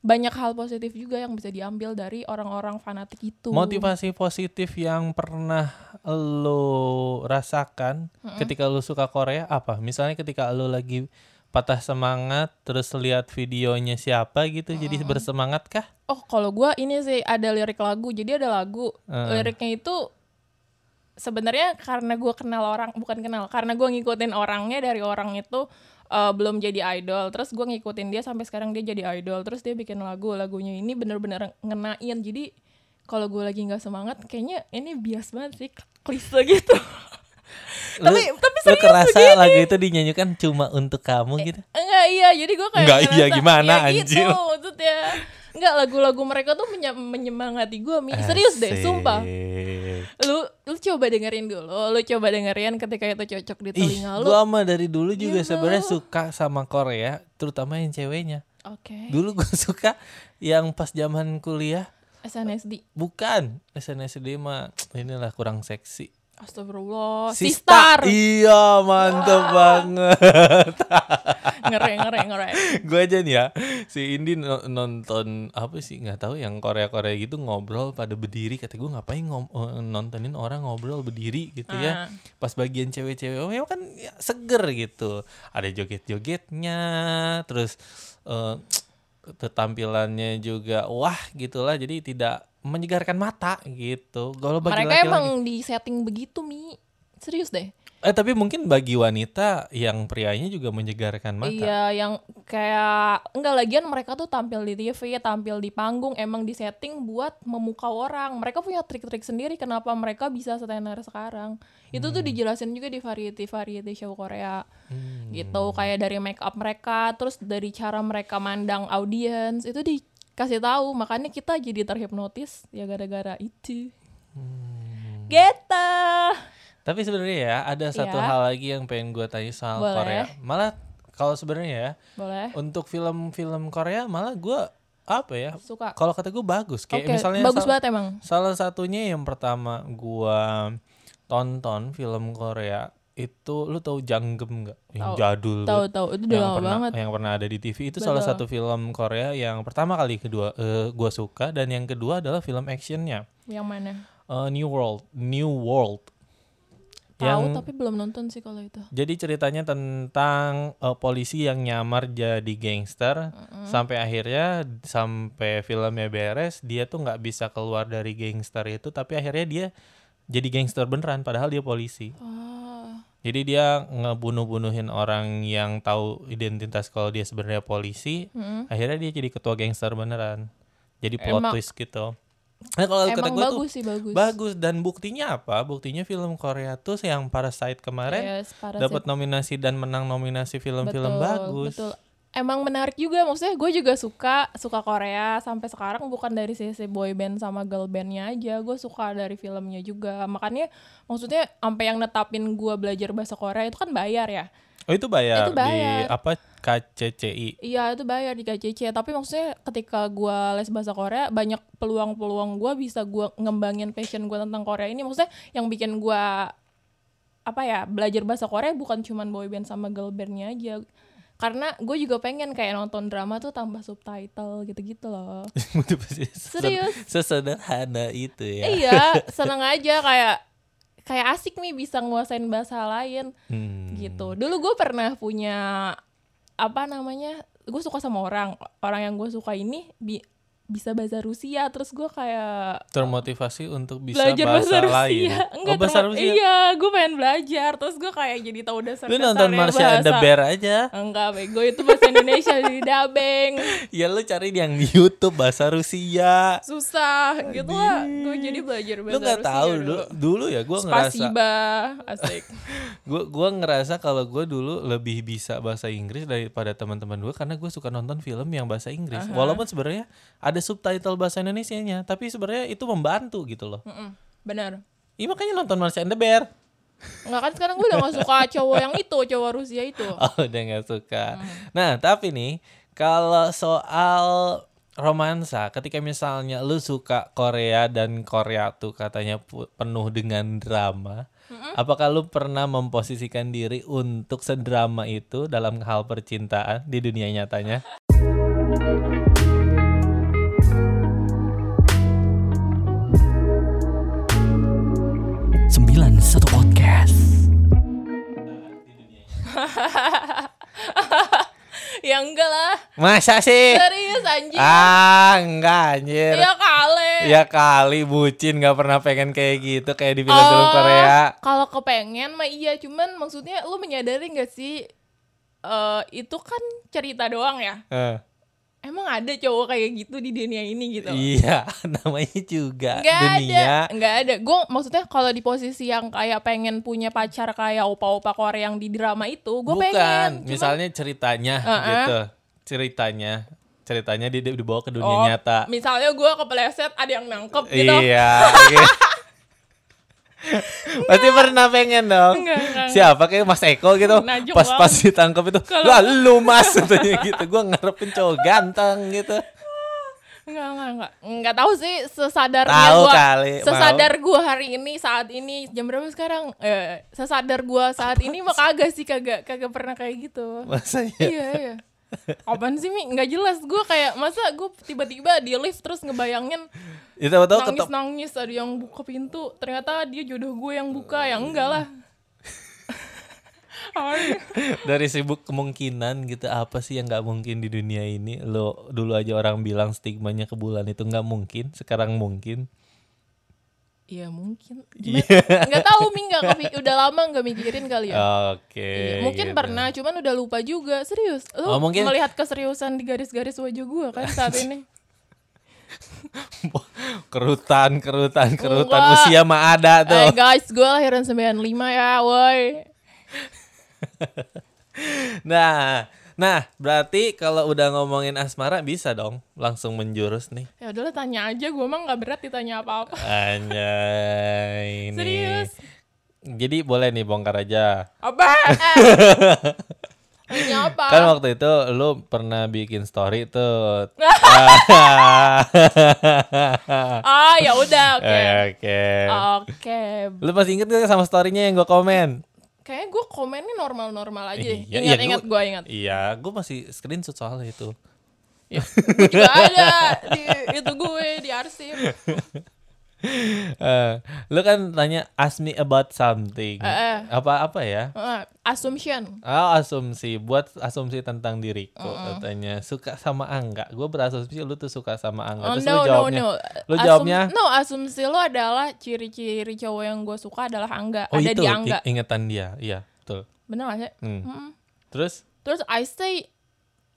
banyak hal positif juga yang bisa diambil dari orang-orang fanatik itu Motivasi positif yang pernah lo rasakan ketika lo suka Korea apa? Misalnya ketika lo lagi patah semangat terus lihat videonya siapa gitu jadi bersemangat kah? Oh, kalau gua ini sih ada lirik lagu. Jadi ada lagu. Heeh. Liriknya itu sebenarnya karena gua kenal orang, bukan kenal, karena gua ngikutin orangnya dari orang itu eh, belum jadi idol. Terus gua ngikutin dia sampai sekarang dia jadi idol. Terus dia bikin lagu, lagunya ini bener-bener ngenain. Jadi kalau gue lagi nggak semangat, kayaknya ini bias banget sih klise gitu. Lu- <laughs> Tapi- tapi lu serius kerasa lagu itu dinyanyikan cuma untuk kamu gitu? Enggak iya, jadi gue kayak Enggak, iya, ngerasa, gimana, ya anjir? gitu maksudnya. Enggak, lagu-lagu mereka tuh menye- menyemangati gue, Mi. Serius deh, Asik. sumpah. lu lu coba dengerin dulu lu coba dengerin ketika itu cocok di Ih, telinga Iya, lu oke gua mah dari dulu juga sebenarnya suka sama Korea, terutama yang ceweknya. Eh. Dulu gue <laughs> suka yang pas zaman kuliah, SNSD bukan SNSD mah inilah kurang seksi. Astagfirullah Sista. Oh, Sistar Iya, mantep banget. <laughs> ngere ngere ngere gue aja nih ya, si Indi no- nonton apa sih nggak tahu yang Korea-Korea gitu ngobrol pada berdiri. Kata gue ngapain ngom- eh, nontonin orang ngobrol berdiri gitu ya. Ah. Pas bagian cewek-cewek, oh, memang kan ya, seger gitu. Ada joget-jogetnya, terus eh, tampilannya juga wah gitulah. Jadi tidak menyegarkan mata gitu. Kalau <laughs> bagi mereka laki-laki- emang di setting begitu mi serius deh Eh tapi mungkin bagi wanita yang prianya juga menyegarkan mata. iya yang kayak enggak lagian mereka tuh tampil di TV tampil di panggung emang di setting buat memukau orang mereka punya trik-trik sendiri kenapa mereka bisa tenar sekarang itu tuh dijelasin juga di variety variety show Korea Hmm. gitu kayak dari make up mereka terus dari cara mereka mandang audiens itu Gitu. dikasih tahu makanya kita jadi terhipnotis ya gara-gara itu Hmm. Geta. Tapi sebenarnya ya ada satu Iya. hal lagi yang pengen gue tanya soal Boleh. Korea. Malah kalau sebenarnya ya Boleh. untuk film-film Korea malah gue apa ya? Suka. Kalau kata gue bagus. Kayak Oke, misalnya bagus sal- banget emang. salah satunya yang pertama gue tonton film Korea itu lu tahu Janggem nggak? Yang Tahu. jadul Tahu tahu itu udah yang lama pernah banget. yang pernah ada di TV itu salah Betul. satu film Korea yang pertama kali kedua gue suka dan yang kedua adalah film actionnya Yang mana? Eh, New World New World Tahu tapi belum nonton sih kalau itu. jadi ceritanya tentang eh, polisi yang nyamar jadi gangster sampai akhirnya sampai filmnya beres dia tuh nggak bisa keluar dari gangster itu tapi akhirnya dia jadi gangster beneran padahal dia polisi Ah, jadi dia ngebunuh-bunuhin orang yang tahu identitas kalau dia sebenarnya polisi mm-mm. akhirnya dia jadi ketua gangster beneran jadi plot Emang- twist gitu nah kalau kata Emang gue tuh bagus sih bagus. bagus dan buktinya apa buktinya film Korea tuh yang Parasite kemarin Yes, Iya, Parasite. dapat nominasi dan menang nominasi film-film Betul, bagus Betul. Emang menarik juga maksudnya gue juga suka suka Korea sampai sekarang bukan dari sisi boy band sama girl bandnya aja gue suka dari filmnya juga makanya maksudnya sampai yang netapin gue belajar bahasa Korea itu kan bayar ya oh itu bayar, Itu di bayar. apa KCCI Iya itu bayar di KCC tapi maksudnya ketika gua les bahasa Korea banyak peluang-peluang gua bisa gua ngembangin passion gua tentang Korea ini maksudnya yang bikin gua apa ya belajar bahasa Korea bukan cuman boyband sama girl bandnya aja karena gue juga pengen kayak nonton drama tuh tambah subtitle gitu-gitu loh <laughs> Itu pasti sesen- Serius? sesederhana itu ya iya seneng aja kayak kayak asik nih bisa nguasain bahasa lain Hmm. gitu dulu gue pernah punya apa namanya gue suka sama orang orang yang gue suka ini bi- bisa bahasa Rusia terus gue kayak termotivasi untuk bisa belajar bahasa, bahasa, lain Rusia Enggak, oh bahasa termo- Rusia iya gue pengen belajar terus gue kayak jadi tahu dasar lu nonton Marsha and the Bear aja enggak bego itu bahasa Indonesia jadi dabeng ya lu cari yang di YouTube bahasa Rusia susah gitu lah gue jadi belajar bahasa lu nggak Rusia tahu dulu dulu ya gue ngerasa Spasiba asik gue gua ngerasa kalau gue dulu lebih bisa bahasa Inggris daripada teman-teman gue karena gue suka nonton film yang bahasa Inggris walaupun sebenarnya ada subtitle bahasa Indonesia-nya tapi sebenarnya itu membantu gitu loh Mm-mm, benar Iya makanya nonton Marsha and the Bear Enggak kan sekarang gue udah gak suka cowok yang itu cowok Rusia <laughs> itu oh udah nggak suka nah tapi nih kalau soal romansa ketika misalnya lu suka Korea dan Korea tuh katanya pu- penuh dengan drama apakah lu pernah memposisikan diri untuk sedrama itu dalam hal percintaan di dunia nyatanya satu Podcast ya enggak lah masa sih <laughs> serius anjing ah enggak anjir ya kale ya kali bucin nggak pernah pengen kayak gitu kayak di film-film Oh, Korea kalau kepengen mah iya cuman maksudnya lu menyadari nggak sih eh itu kan cerita doang ya Eh, emang ada cowok kayak gitu di dunia ini gitu iya <laughs> namanya juga Nggak ada, dunia nggak ada. Gue maksudnya kalau di posisi yang kayak pengen punya pacar kayak opa-opa Korea yang di drama itu, gue Bukan, pengen. Cuman- misalnya ceritanya Uh-uh. gitu. Ceritanya, ceritanya di dibawa ke dunia Oh, nyata. Misalnya gue kepleset ada yang nangkep gitu. Iya. <laughs> gitu. Pasti pernah pengen dong. Enggak, enggak, enggak. Siapa kayak Mas Eko gitu. Najong Pas-pas ditangkap itu, Nah, Kalau- "Lah, lu Mas," <laughs> katanya gitu. Gua ngarepin cowok ganteng gitu. Enggak, enggak, enggak. Enggak tahu sih sesadarnya Tahu gua. kali, mau. Sesadar gua hari ini saat ini jam berapa sekarang? Eh, sesadar gua saat ini mah kagak sih kagak kagak pernah kayak <laughs> gitu. Masa ya? iya, iya. Apaan sih Mi? Nggak jelas gua kayak masa gua tiba-tiba di lift terus ngebayangin Ya tahu-tahu ketep- nangis-nangis ada yang buka pintu. Ternyata dia jodoh gue yang buka. Ya enggak <laughs> lah. Ay. dari sibuk kemungkinan gitu apa sih yang nggak mungkin di dunia ini lo dulu aja orang bilang stigmanya ke bulan itu nggak mungkin sekarang mungkin Iya mungkin. Gimana? Iya. Nggak tahu Mi nggak kepi- udah lama nggak mikirin kali ya. oke Iya, mungkin gitu. pernah, cuman udah lupa juga. Serius, lu Oh, mungkin- melihat keseriusan di garis-garis wajah gua kan <laughs> saat ini. kerutan kerutan kerutan Enggak. usia mah ada tuh Eh guys, gua lahiran 95 ya, woi. nah Nah, berarti kalau udah ngomongin asmara bisa dong langsung menjurus nih. ya udahlah tanya aja gue emang nggak berat ditanya apa-apa Anjay ini. serius Jadi boleh nih bongkar aja. apa <laughs> Eh, tanya apa Kan waktu itu lu pernah bikin story <laughs> tuh. Eh, ah ya <laughs> udah oke Ah. Oke. ya. oke Lu masih inget gak sama storynya yang gue komen? kayaknya gue komennya normal-normal aja Iya, deh. iya, ingat-ingat gua- gue <laughs> ingat Iya. Iya, gue masih screenshot soalnya itu. Gua juga ada di itu gue di arsip <laughs> Eh, lu kan tanya ask me about something. Eh, eh. Apa apa ya? Eh, assumption Oh, asumsi buat asumsi tentang diriku katanya suka sama Angga. Gue berasumsi lu tuh suka sama Angga. Oh, Terus lu jawabnya. Lu Asum- jawabnya? No, asumsi lo adalah ciri-ciri cowok yang gue suka adalah angga. Oh, ada itu di angga. i- ingetan dia. Iya, betul. Bener gak sih? Hmm. Mm-mm. Terus Terus I say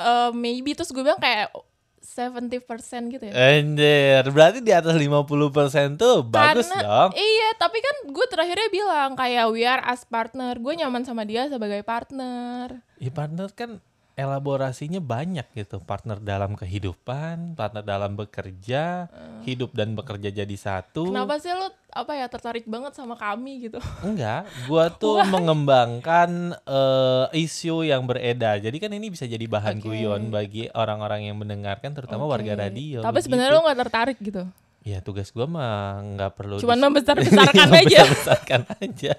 uh, maybe terus gue bilang kayak 70% gitu Eh, ya. Anjir, berarti di atas 50% tuh bagus dong. Iya, tapi kan gue terakhirnya bilang kayak we are as partner. Gue nyaman sama dia sebagai partner. Ya partner kan elaborasinya banyak gitu. Partner dalam kehidupan, partner dalam bekerja, hidup dan bekerja jadi satu. Hmm. Kenapa sih lo apa ya tertarik banget sama kami gitu? Enggak, gua <laughs> tuh mengembangkan eh, isu yang beredar. Jadi kan ini bisa jadi bahan Oke. guyon bagi orang-orang yang mendengarkan terutama warga Oke. radio. Tapi sebenarnya lo gak tertarik gitu. ya tugas gua mah nggak perlu Cuman dis- <laughs> membesar-besarkan Cuma aja. Iya, besar-besarkan aja.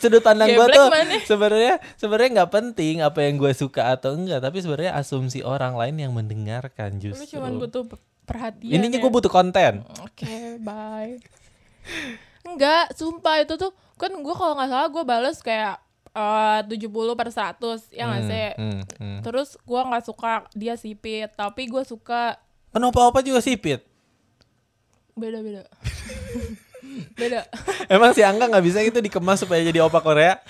Sudut pandang gua Geblek tuh mana? sebenarnya sebenarnya nggak penting apa yang gue suka atau enggak, tapi sebenarnya asumsi orang lain yang mendengarkan Lo justru. cuman butuh perhatian. Intinya ya. gue butuh konten. Oke, bye. <laughs> Enggak, sumpah itu tuh kan gue kalau nggak salah gue balas kayak eh, 70 per 100 ya nggak Hmm, sih? hmm, hmm. Terus gue nggak suka dia sipit, tapi gue suka Kan opa-opa juga sipit. beda-beda. <laughs> beda. Emang si Angga nggak bisa gitu dikemas supaya jadi opa Korea?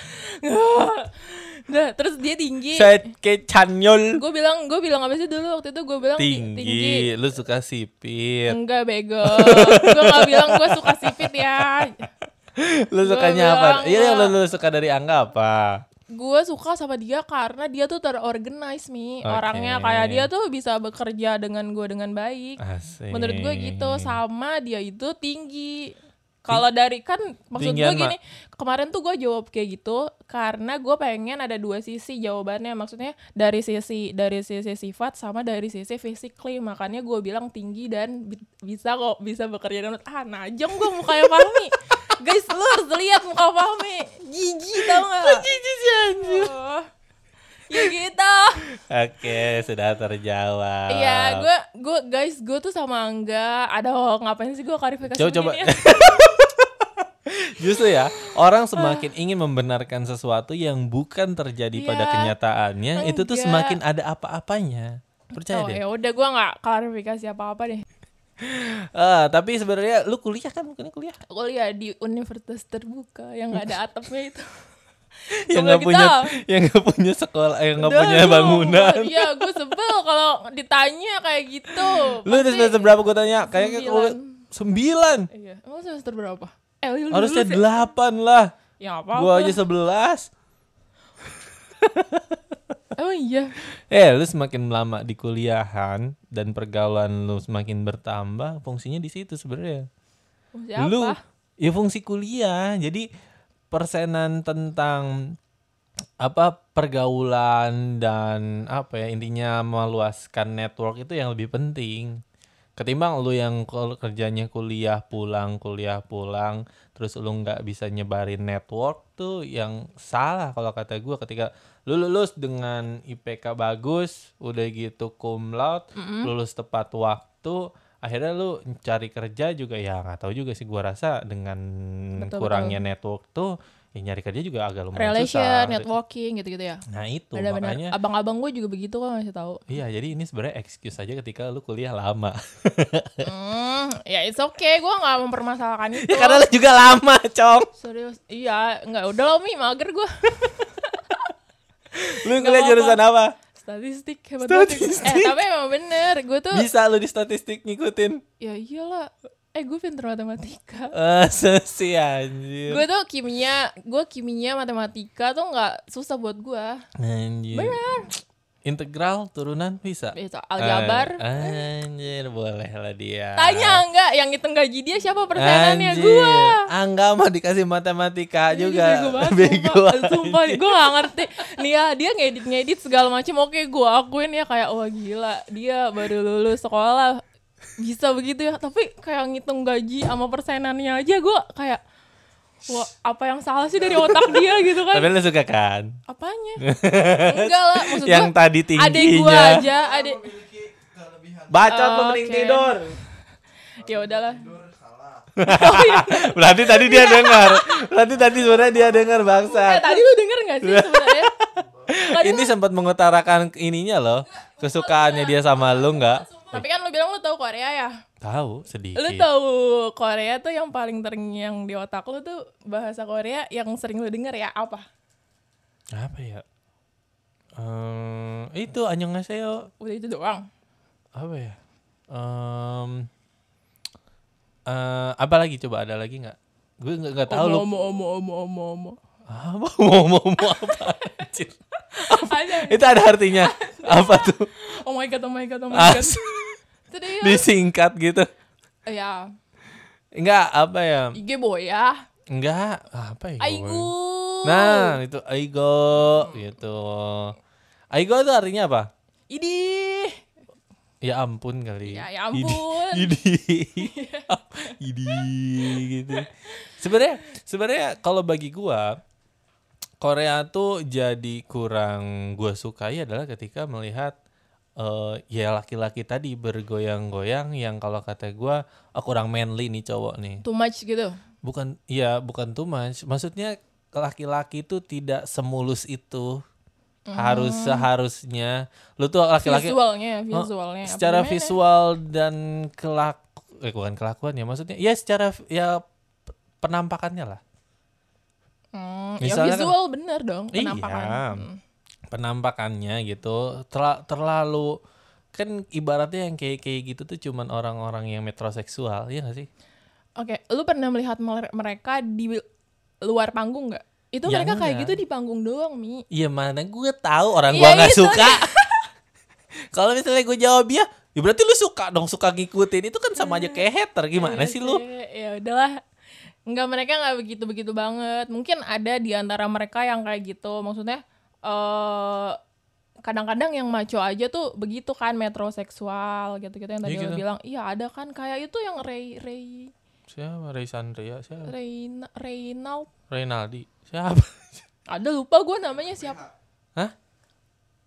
Nah, terus dia tinggi. Saya ke Chanyol. Gue bilang gue bilang apa sih dulu waktu itu gue bilang ti- Tinggi, lu suka sipit. Enggak bego. <laughs> gue nggak bilang gue suka sipit ya. Lu sukanya bilang apa? Iya, lah. lu, lu suka dari Angga apa? gue suka sama dia karena dia tuh terorganize Oke. mi orangnya kayak dia tuh bisa bekerja dengan gue dengan baik Asik. menurut gue gitu sama dia itu tinggi kalau dari kan maksud gue Tinggian, Mak. gini kemarin tuh gue jawab kayak gitu karena gue pengen ada dua sisi jawabannya maksudnya dari sisi dari sisi sifat sama dari sisi physically makanya gue bilang tinggi dan bi- bisa kok bisa bekerja dengan ah najong gue mukanya <laughs> Fahmi guys lu harus lihat muka Fahmi jijik tau gak jijik ya gitu Oke, sudah terjawab. Iya, gue gue guys, gue tuh sama Angga. Ada ngapain sih gue klarifikasi Coba- coba. begini ya? <laughs> Justru ya, orang semakin ingin membenarkan sesuatu yang bukan terjadi pada Iya. kenyataannya, itu tuh Enggak. semakin ada apa-apanya. Percaya Oh, deh. ya udah gue nggak klarifikasi apa-apa deh. Eh, tapi sebenarnya lu kuliah kan bukannya kuliah? Kuliah di universitas terbuka yang nggak ada atapnya itu. <laughs> Yang Coba nggak punya Iya, kita. yang nggak punya sekolah, yang nggak Udah punya dong, bangunan. gua- Iya, gue sebel kalau ditanya kayak gitu. Lu udah Pasti- semester berapa gue tanya? Kayaknya kalau Sembilan. sembilan. Iya, emang semester berapa? Eh, lu lulus Harusnya ya? delapan lah. Ya apa? Gue aja sebelas. Emang iya. Eh, lu semakin lama di kuliahan dan pergaulan lu semakin bertambah, fungsinya di situ sebenarnya. Oh, Siapa? Lu ya fungsi kuliah. Jadi persenan tentang apa pergaulan dan apa ya intinya meluaskan network itu yang lebih penting ketimbang lu yang kul- kerjanya kuliah pulang kuliah pulang terus lu nggak bisa nyebarin network tuh yang salah kalau kata gua ketika lu lulus dengan IPK bagus udah gitu cum laude lulus tepat waktu akhirnya lu cari kerja juga ya nggak tahu juga sih gua rasa dengan Betul, kurangnya network tuh ya nyari kerja juga agak lumayan Relation, susah. networking gitu-gitu ya. Nah itu makanya Benar-benar. Abang-abang gue juga begitu kok ngasih tahu. iya jadi ini sebenarnya excuse aja ketika lu kuliah lama. Hmm, ya it's okay, gue nggak mempermasalahkan itu. <laughs> ya <laughs> karena lu juga lama, Cong. Serius, iya, nggak udah lo mi mager gue. Lu kuliah apa-apa. jurusan apa? <laughs> Statistik hebat banget. Statistik. Eh tapi emang bener, gue tuh Bisa lu di statistik ngikutin. ya iyalah. Eh gue pinter matematika. <laughs> Eh, <laughs> sesi anjir. Gue tuh kimia, gue kimia matematika tuh nggak susah buat gue. Anjir. Bener. Integral turunan bisa. Itu aljabar. Eh, Ay, Anjir, boleh lah dia. Tanya enggak yang ngitung gaji dia siapa eh. persenannya Anjir, gua. Angga mah dikasih matematika Ini juga. Iya bego banget, <laughs> Bego sumpah. aja. Sumpah, gue gak ngerti. Nih ya, dia ngedit-ngedit segala macam. Oke, gue akuin ya kayak wah gila. Dia baru lulus sekolah bisa begitu ya. Tapi kayak ngitung gaji sama persenannya aja gue kayak wah apa yang salah sih dari otak dia gitu kan. Tapi lu suka kan? Apanya? <laughs> Enggak lah, maksud Yang gua, tadi Adek gue tingginya. aja, adek. Bacot lu Oke. mending tidur. Ya udahlah. Berarti tadi dia Iya. dengar. Berarti tadi sebenarnya dia dengar Eh, bangsa. tadi lu denger gak sih <laughs> sebenarnya? Tadi Ini sempat mengutarakan ininya loh, kesukaannya dia sama lu nggak? Tapi kan lu bilang lu tahu Korea ya? Tahu sedikit. Lu tahu Korea tuh yang paling terngiang di otak lu tuh bahasa Korea yang sering lu denger ya apa? Apa ya? Ehm, itu annyeonghaseyo. Udah itu doang. Apa ya? Ehm, eh, apa lagi coba ada lagi nggak? Gue nggak nggak tahu lu. Omo omo omo omo <laughs> omo. Apa mau mau mau apa? Anjir. Ada. Itu ada artinya. Apa tuh? Oh my god, oh my god, oh my god. As- Itu dia. disingkat gitu. Ya, Enggak, apa ya? IG boy ya. Enggak, apa ya? Aigu. Nah, itu Aigo gitu. Aigo itu artinya apa? Idi. Ya ampun kali. Ya, ya ampun. Idi. Idi. <laughs> Idi gitu. Sebenarnya sebenarnya kalau bagi gua Korea tuh jadi kurang gua sukai adalah ketika melihat eh ya laki-laki tadi bergoyang-goyang yang kalau kata gua "Ah, kurang manly nih cowok nih. Too much gitu. Bukan iya, bukan too much. Maksudnya laki-laki tuh tidak semulus itu. Harus seharusnya lu tuh laki-laki Visualnya, Oh, visualnya. eh, Apa secara gimana? visual dan kelak eh, bukan kelakuan ya maksudnya ya secara v- ya p- penampakannya lah Hmm, ya Misalnya kan- visual bener dong penampakan. Iya. Hmm. penampakannya gitu Terla- terlalu kan ibaratnya yang kayak kayak gitu tuh cuman orang-orang yang metroseksual ya gak sih Oke, lu pernah melihat mer- mereka di luar panggung nggak? Itu Ya, mereka kayak enggak. gitu di panggung doang, Mi. iya mana gue tahu orang Iya, gua nggak itu. <laughs> suka kalau misalnya gue jawab ya ya berarti lu suka dong suka ngikutin itu kan sama aja kayak hater gimana Iya sih lu Ya udahlah. Enggak mereka nggak begitu-begitu banget. Mungkin ada di antara mereka yang kayak gitu. Maksudnya eh kadang-kadang yang maco aja tuh begitu kan metroseksual gitu-gitu yang tadi Iya lu gitu. bilang. Iya, ada kan kayak itu yang Ray Ray siapa Reisandria siapa Reina Reynald. Renaldi siapa Ada lupa gue namanya siapa. <laughs> Hah?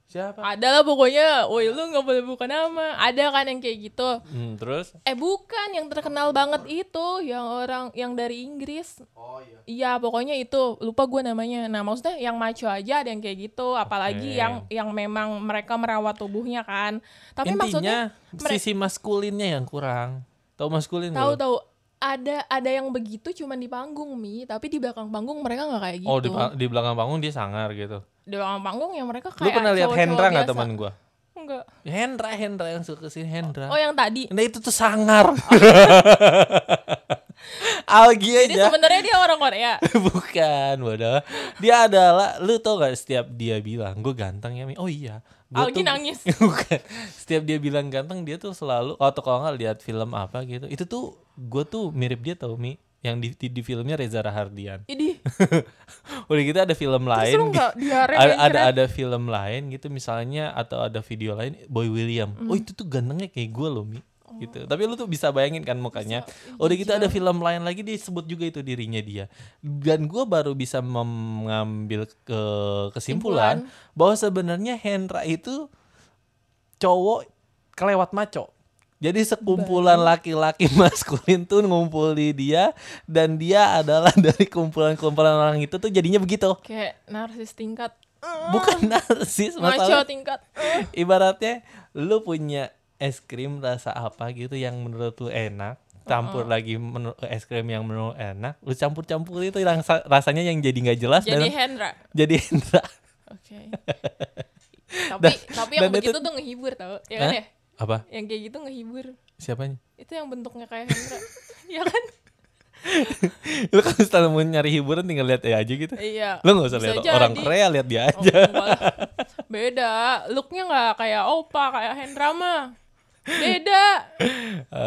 Siapa? Ada lah pokoknya. Woi, lu nggak boleh buka nama. Ada kan yang kayak gitu. Hmm, terus? Eh bukan yang terkenal banget itu yang orang yang dari Inggris. Oh iya. Iya pokoknya itu lupa gue namanya. Nah maksudnya yang maco aja ada yang kayak gitu. Apalagi Oke. yang yang memang mereka merawat tubuhnya kan. Tapi maksudnya Intinya mere- sisi maskulinnya yang kurang. Tahu maskulin nggak tahu lu? tahu ada ada yang begitu cuman di panggung mi. Tapi di belakang panggung mereka nggak kayak gitu. Oh, di, pa- di belakang panggung dia sangar gitu. Di belakang panggung yang mereka lu kayak. pernah lihat cowok-cowok Hendra nggak biasa. teman gua? Enggak. Hendra, Hendra yang suka kesini Hendra. Oh yang tadi. Nah itu tuh sangar. <laughs> Algi Jadi aja. sebenarnya dia orang Korea. Bukan, bodoh. Dia adalah, lu tau gak setiap dia bilang, gue ganteng ya, Mi? Oh iya. <laughs> Gua Algi tuh- nangis. <laughs> Bukan. Setiap dia bilang ganteng, dia tuh selalu, oh, atau kalau nggak lihat film apa gitu. Itu tuh, gue tuh mirip dia tau, Mi. Yang di, di, di filmnya Reza Rahardian. <laughs> Ini Udah gitu ada film terus lain. gitu. lu nggak diare ada, kayak ada keren? ada film lain gitu misalnya atau ada video lain Boy William. Oh itu tuh gantengnya kayak gue loh Mi gitu. Tapi lu tuh bisa bayangin kan mukanya. Udah gitu ada film lain lagi disebut juga itu dirinya dia. Dan gue baru bisa mem- mengambil ke kesimpulan bahwa sebenarnya Hendra itu cowok kelewat maco. Jadi sekumpulan laki-laki <laughs> maskulin tuh ngumpul di dia dan dia adalah <laughs> dari kumpulan-kumpulan orang itu tuh jadinya begitu. Kayak narsis tingkat. Bukan narsis Maco masalah. tingkat. <laughs> Ibaratnya lu punya es krim rasa apa gitu yang menurut lu enak, campur lagi menurut es krim yang menurut lu enak, lu campur-campur itu rasa- rasanya yang jadi nggak jelas Jadi dan Hendra. <laughs> jadi Hendra. <laughs> Oke. tapi Dan- tapi yang dan begitu itu- tuh ngehibur tau ya kan Hah? ya? Apa? Yang kayak gitu ngehibur. Siapanya? <laughs> Itu yang bentuknya kayak Hendra. ya kan? lu kan setelah mau nyari hiburan tinggal lihat dia aja gitu Iya. lu nggak usah Bisa lihat jadi. orang Korea lihat dia Oh, aja enggak lah. beda. Looknya nggak kayak Opa, kayak Hendra mah. Beda.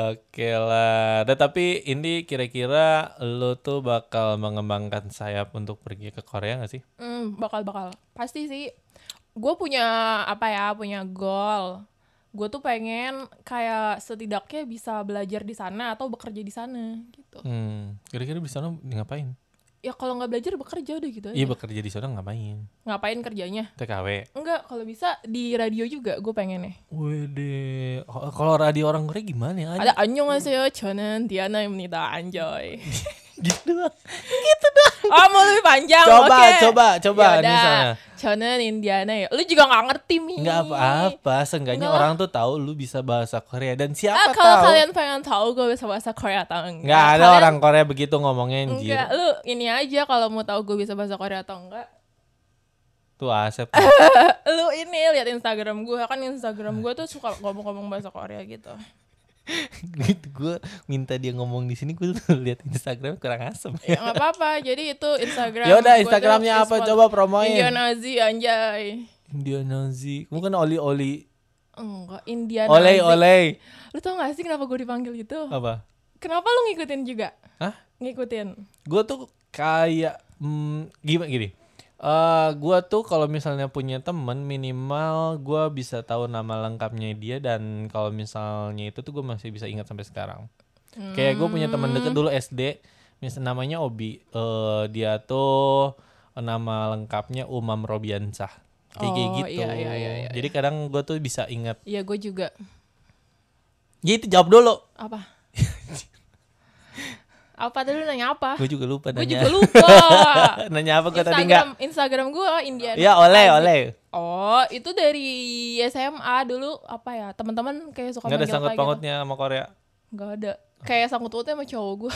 Oke lah, Dan tapi ini kira-kira lu tuh bakal mengembangkan sayap untuk pergi ke Korea gak sih? Hmm, bakal bakal. Pasti sih. Gue punya apa ya? Punya goal. Gue tuh pengen kayak setidaknya bisa belajar di sana atau bekerja di sana gitu. Hmm, kira-kira di sana ngapain? Ya kalau nggak belajar bekerja udah gitu. Iya aja. bekerja di sana ngapain? Ngapain kerjanya? TKW. Enggak, kalau bisa di radio juga gue pengennya. Wede, kalau radio orang Korea gimana ya? Ada 안녕하세요. 저는 Diana 입니다. Anjoy. <laughs> <laughs> gitu doang. Oh, mau lebih panjang. Coba, oke. coba, coba, Yaudah. misalnya. Conan Indiana ya. Lu juga gak ngerti, Mi. Ah, Enggak apa-apa, seenggaknya Enggak lah. orang tuh tahu lu bisa bahasa Korea dan Ah, siapa kalau tahu. kalian pengen tahu gue bisa bahasa Korea atau enggak. Enggak ada Kalian- orang Korea begitu ngomongnya anjir. Enggak, lu ini aja kalau mau tahu gue bisa bahasa Korea atau enggak. Tuh <laughs> Asep. Lu ini lihat Instagram gue kan Instagram gue tuh suka ngomong-ngomong bahasa Korea gitu. gitu gue minta dia ngomong di sini gue tuh <laughs> lihat Instagram kurang asem. Ya enggak apa-apa. Jadi itu Instagram. Ya udah gua tuh Instagramnya is apa for coba promoin. Indiana Z anjay. Indionazi. Kamu kan oli-oli. Enggak, Indiana Oleh Z. oleh. Lu tau gak sih kenapa gue dipanggil gitu? Apa? Kenapa lu ngikutin juga? Hah? Ngikutin. Gue tuh kayak hmm, gimana gini. Eh, gue tuh kalau misalnya punya temen minimal gue bisa tahu nama lengkapnya dia dan kalau misalnya itu tuh gue masih bisa ingat sampai sekarang. Kayak gue punya temen Hmm. deket dulu SD, misal namanya Obi. Eh, dia tuh eh, nama lengkapnya Umam Robiansah. Kayak Oh, gitu. iya, iya, iya, iya, Jadi kadang gue tuh bisa ingat. Iya, gue juga. Ya itu jawab dulu. <laughs> Apa? apa tadi lu nanya apa? Gue juga lupa Gue nanya. juga lupa. <laughs> nanya apa gue tadi enggak? Instagram Instagram gue Indiana. Ya oleh oleh. Oh, itu dari SMA dulu apa ya? Teman-teman kayak suka Nggak ada manggil sangkut kayak gitu. pautnya sama Korea. Nggak ada. Kayak sangkut pautnya sama cowok gue.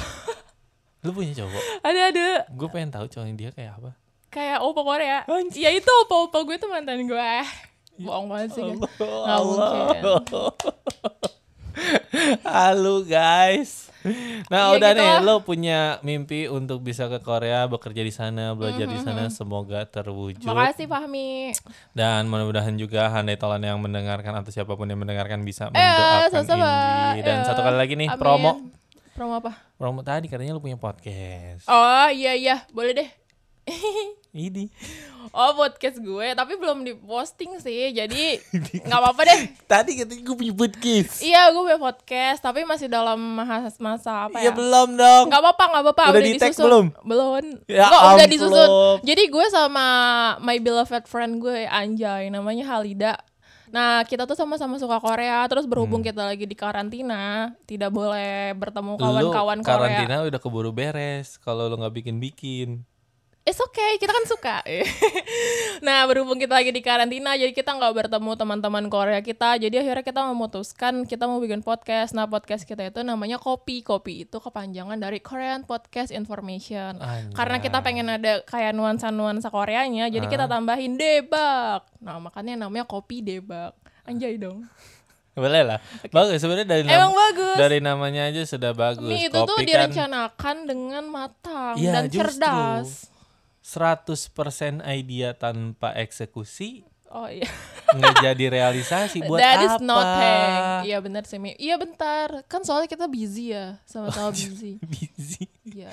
Lu punya <laughs> cowok? <laughs> ada ada. Gue pengen tahu cowok dia kayak apa. Kayak opa Korea. Anjir. Ya itu opa-opa gue tuh mantan gue. Bohong banget sih guys. <laughs> Nggak mungkin. Halo guys. Nah, Iya, udah gitu nih lah. lo punya mimpi untuk bisa ke Korea, bekerja di sana, belajar di sana, semoga terwujud. Mm-hmm. Makasih Fahmi. Dan mudah-mudahan juga handai tolan yang mendengarkan atau siapapun yang mendengarkan bisa Eh, mendoakan sama-sama. Indi. Dan Eh, satu kali lagi nih amin. promo. Promo apa? Promo tadi katanya lo punya podcast. Oh iya iya, boleh deh. Ini. Oh podcast gue, tapi belum diposting sih, <laughs> jadi nggak apa-apa deh. Tadi katanya gue punya podcast. Iya, gue punya podcast, tapi masih dalam masa, masa apa Ya ya? belum dong. Nggak apa-apa, nggak apa-apa. Udah di-tag disusun. belum? Belum. Ya Nggak, udah ampun. disusun. Jadi gue sama my beloved friend gue, Anjay, namanya Halida. Nah, kita tuh sama-sama suka Korea, terus berhubung kita lagi di karantina, tidak boleh bertemu kawan-kawan Hmm. lu Korea. karantina udah keburu beres kalau lu nggak bikin bikin It's okay, kita kan suka. <laughs> nah, berhubung kita lagi di karantina, jadi kita nggak bertemu teman-teman Korea kita. Jadi akhirnya kita memutuskan kita mau bikin podcast. Nah, podcast kita itu namanya Kopi. Kopi itu kepanjangan dari Korean Podcast Information. Anjay. Karena kita pengen ada kayak nuansa-nuansa Koreanya, jadi kita tambahin debak. Nah, makanya namanya Kopi Debak. Anjay dong. boleh lah bagus sebenarnya dari nam- Emang bagus. dari namanya aja sudah Nah, bagus Mie itu tuh kopi kan direncanakan dengan matang Iya, dan justru. cerdas. 100% idea tanpa eksekusi Oh iya. nggak jadi realisasi buat That apa is nothing. Iya benar sih. Mi. Iya bentar. Kan soalnya kita busy ya, Oh, sama-sama iya. busy. busy Iya.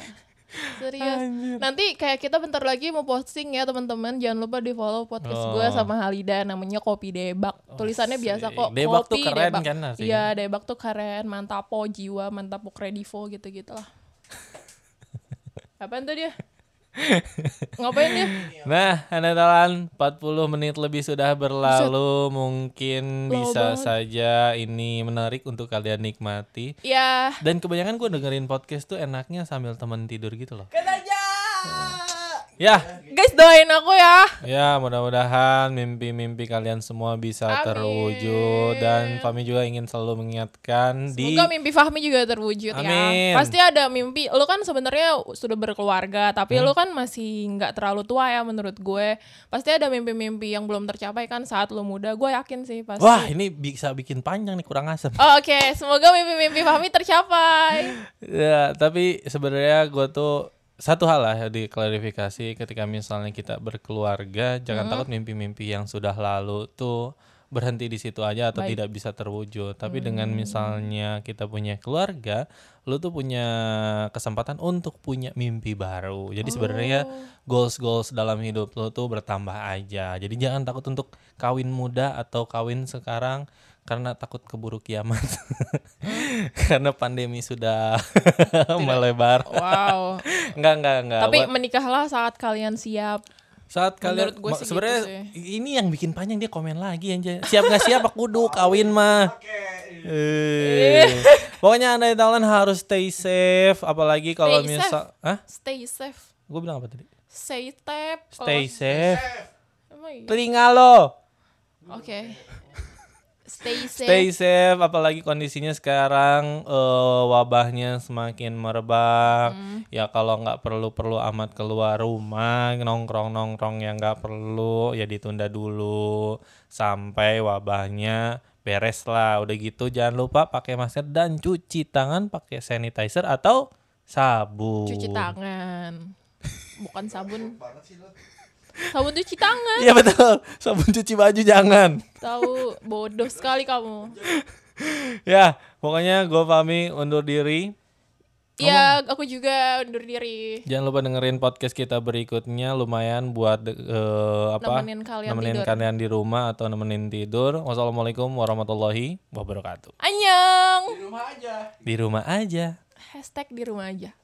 Serius. Nanti kayak kita bentar lagi mau posting ya teman-teman. Jangan lupa di follow podcast gue Oh. sama Halida. Namanya Kopi Debak. Tulisannya sih. biasa kok. Debak tuh Kopi keren kan artinya? Iya Debak tuh keren. Mantapo jiwa, mantapo kredivo gitu-gitu <laughs> lah. Apaan tuh dia? Ngapain dia? Nah, Anatalan 40 menit lebih sudah berlalu Mungkin Lama bisa banget. saja ini menarik untuk kalian nikmati Ya. Dan kebanyakan gue dengerin podcast tuh enaknya sambil temen tidur gitu loh Kena aja. Ya, Guys doain aku ya. ya mudah-mudahan mimpi-mimpi kalian semua bisa Amin. terwujud dan kami juga ingin selalu mengingatkan di Semoga mimpi Fahmi juga terwujud Amin. ya. Pasti ada mimpi. Lu kan sebenarnya sudah berkeluarga, tapi Hmm. lu kan masih nggak terlalu tua ya menurut gue. Pasti ada mimpi-mimpi yang belum tercapai kan saat lu muda. Gue yakin sih pasti. Wah, ini bisa bikin panjang nih kurang asem. Oh, Oke, semoga mimpi-mimpi Fahmi tercapai. Ya, tapi sebenarnya gue tuh satu hal lah diklarifikasi ketika misalnya kita berkeluarga, jangan takut mimpi-mimpi yang sudah lalu tuh berhenti di situ aja atau Baik. tidak bisa terwujud. Tapi dengan misalnya kita punya keluarga, lu tuh punya kesempatan untuk punya mimpi baru. Jadi sebenarnya goals-goals dalam hidup lu tuh bertambah aja. Jadi jangan takut untuk kawin muda atau kawin sekarang karena takut keburu kiamat. <laughs> karena pandemi sudah melebar. Oh. <laughs> Wow. Enggak, enggak, enggak. tapi Buat- menikahlah saat kalian siap. saat kalian menurut gue ma- sih gitu sebenarnya ini yang bikin panjang dia komen lagi anjay. Siap nggak siap aku kudu kawin mah. <laughs> Eh. Pokoknya anda yang Thailand harus stay safe apalagi kalau Stay misal Hah? Stay safe. Gue bilang apa tadi? Stay safe. Kalau- Stay safe. Emang iya? Telinga lo. Oke. Stay safe. Stay safe apalagi kondisinya sekarang eh, wabahnya semakin merebak. Ya kalau nggak perlu-perlu amat keluar rumah, nongkrong-nongkrong yang nggak perlu ya ditunda dulu sampai wabahnya beres lah. Udah gitu jangan lupa pakai masker dan cuci tangan pakai sanitizer atau sabun. cuci tangan. Bukan sabun. Sabun cuci tangan. Iya betul. Sabun cuci baju jangan. Tahu bodoh sekali kamu. ya, pokoknya gue pahami undur diri. Iya, aku juga undur diri. Jangan lupa dengerin podcast kita berikutnya lumayan buat de- eh, apa? Nemenin kalian nemenin tidur. kalian di rumah atau nemenin tidur. Wassalamualaikum warahmatullahi wabarakatuh. Anyang. Di rumah aja. Hashtag di rumah aja.